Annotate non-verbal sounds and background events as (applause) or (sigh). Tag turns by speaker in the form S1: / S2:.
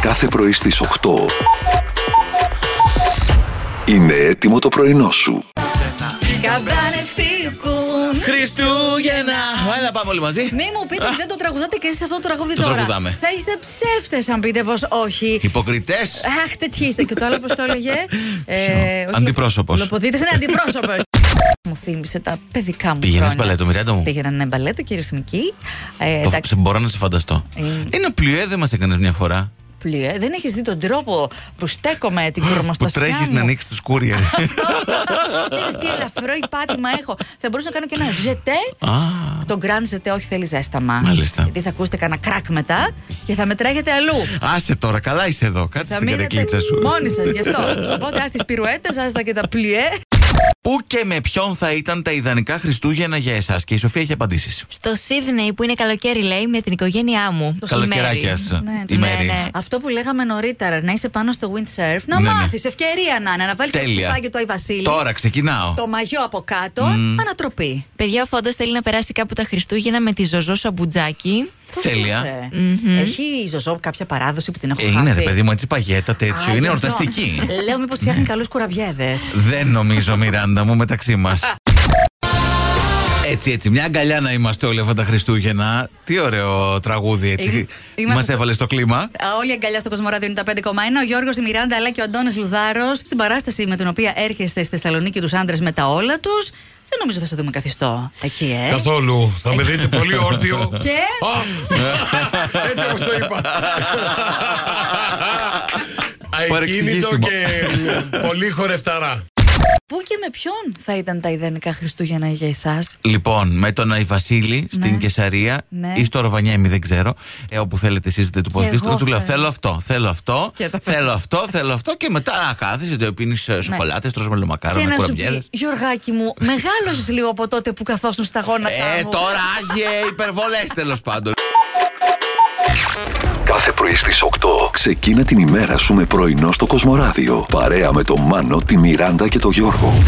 S1: κάθε πρωί στις 8. Είναι έτοιμο το πρωινό σου.
S2: Καβγανεστήκουν.
S3: Χριστούγεννα! Έλα πάμε όλοι μαζί.
S2: Μη μου πείτε ότι δεν το τραγουδάτε και εσείς αυτό το τραγούδι
S3: Το
S2: τώρα.
S3: τραγουδάμε.
S2: Θα είστε ψεύτες αν πείτε πως όχι.
S3: Υποκριτές!
S2: Αχ, τέτοιοι είστε. Και το άλλο πώ το έλεγε. Ε,
S3: Ποιο? Αντιπρόσωπος.
S2: Λοποδίτης είναι
S3: (laughs)
S2: αντιπρόσωπος. Ναι, μου θύμισε τα παιδικά μου.
S3: Πήγαινες
S2: χρόνια.
S3: μπαλέτο, Μιράντα μου.
S2: Πήγαινα ναι, μπαλέτο και ρυθμική. Ε,
S3: Το-
S2: εντάξει,
S3: σε- Μπορώ να σε φανταστώ.
S2: Ε.
S3: Ένα πλοιέ δεν μας έκανες μια φορά.
S2: πλοία. ε. Δεν έχεις δει τον τρόπο που στέκομαι την
S3: Που
S2: κορμοστασιά.
S3: τρέχεις
S2: μου.
S3: να ανοίξεις τους κούριερ.
S2: (laughs) Δεν ξέρεις τι ελαφρό υπάτημα έχω. Θα μπορούσα να κάνω και ένα ζετέ
S3: Α,
S2: Τον γκράνζετε, όχι θέλεις ζέσταμα.
S3: Μάλιστα.
S2: Γιατί θα ακούσετε κανένα κράκ μετά και θα μετράγετε αλλού.
S3: άσε τώρα, καλά είσαι εδώ. Κάτσε
S2: Θα
S3: στην καρεκλίτσα σου.
S2: μόνοι σας γι' αυτό. Οπότε ας τις πυρουέτες, ας τα και τα πλοιέ.
S3: Πού και με ποιον θα ήταν τα ιδανικά Χριστούγεννα για εσάς. Και η Σοφία έχει απαντήσεις.
S4: Στο Σίδνεϊ που είναι καλοκαίρι, λέει, με την οικογένειά μου. Η
S3: Καλοκαιράκια.
S4: Μέρη.
S3: Η
S4: ναι,
S3: Μέρη.
S4: ναι.
S2: Αυτό που λέγαμε νωρίτερα, να είσαι πάνω στο windsurf, να
S3: Ναι, ναι.
S2: μάθεις ευκαιρία να είναι, να βάλεις το
S3: Τέλεια.
S2: κουφάκι του Άι Βασίλη,
S3: Τώρα ξεκινάω.
S2: το μαγιό από κάτω, ανατροπή.
S4: Παιδιά, ο Φόντο θέλει να περάσει κάπου τα Χριστούγεννα με τη Ζωζό Σαμπουτζάκη.
S2: Πώς
S3: Τέλεια.
S2: το θε? Έχει η Ζωζό κάποια παράδοση που την έχω
S3: Ε,
S2: χάσει.
S3: είναι ρε παιδί μου, έτσι παγέτα
S2: Α,
S3: τέτοιο. Είναι
S2: γι' αυτό.
S3: ορταστική.
S2: (laughs) Λέω μήπως φτιάχνει καλούς κουραμπιέδες.
S3: Δεν νομίζω, Μιράντα μου, μεταξύ μας. Έτσι, έτσι, μια αγκαλιά να είμαστε όλοι αυτά τα Χριστούγεννα. Τι ωραίο τραγούδι, έτσι.
S2: Ε, είμαστε-
S3: Μας έβαλες στο κλίμα.
S2: Α, Όλη η αγκαλιά στο Κοσμοράδιο είναι τα 5,1. Ο Γιώργος, η Μιράντα αλλά και ο Αντώνης Λουδάρος. Στην παράσταση με την οποία έρχεστε στη Θεσσαλονίκη τους άντρες με τα όλα τους. Δεν νομίζω θα σε δούμε καθιστό εκεί, ε.
S5: Καθόλου. Θα με δείτε πολύ όρθιο.
S2: Και.
S5: Α, Έτσι όπως το είπα. Αεκίνητο
S3: Παρεξηγήσιμο.
S5: και πολύ χορευταρά.
S2: Πού και με ποιον θα ήταν τα ιδανικά Χριστούγεννα για εσάς.
S3: Λοιπόν, με τον Αϊ Βασίλη στην Κεσαρία
S2: Ναι.
S3: ή στο Ροβανιέμι, δεν ξέρω. Ε, όπου θέλετε εσείς δεν του πω
S2: Και εγώ
S3: Του
S2: θέλω.
S3: λέω θέλω αυτό, θέλω αυτό,
S2: Και τα Ναι.
S3: θέλω αυτό, θέλω αυτό. Και μετά α, κάθεσαι, το πίνεις σοκολάτες, τρως
S2: και
S3: μελομακάρονα,
S2: να σου πει,
S3: κουραμπιέδε.
S2: Γιωργάκη μου, μεγάλωσες λίγο από τότε που καθόσουν στα γόνατα.
S3: Ε,
S2: μου.
S3: τώρα άγιε υπερβολές τέλος πάντων.
S1: Κάθε πρωί στις 8. Ξεκίνα την ημέρα σου με πρωινό στο Κοσμοράδιο. Παρέα με τον Μάνο, τη Μιράντα και τον Γιώργο.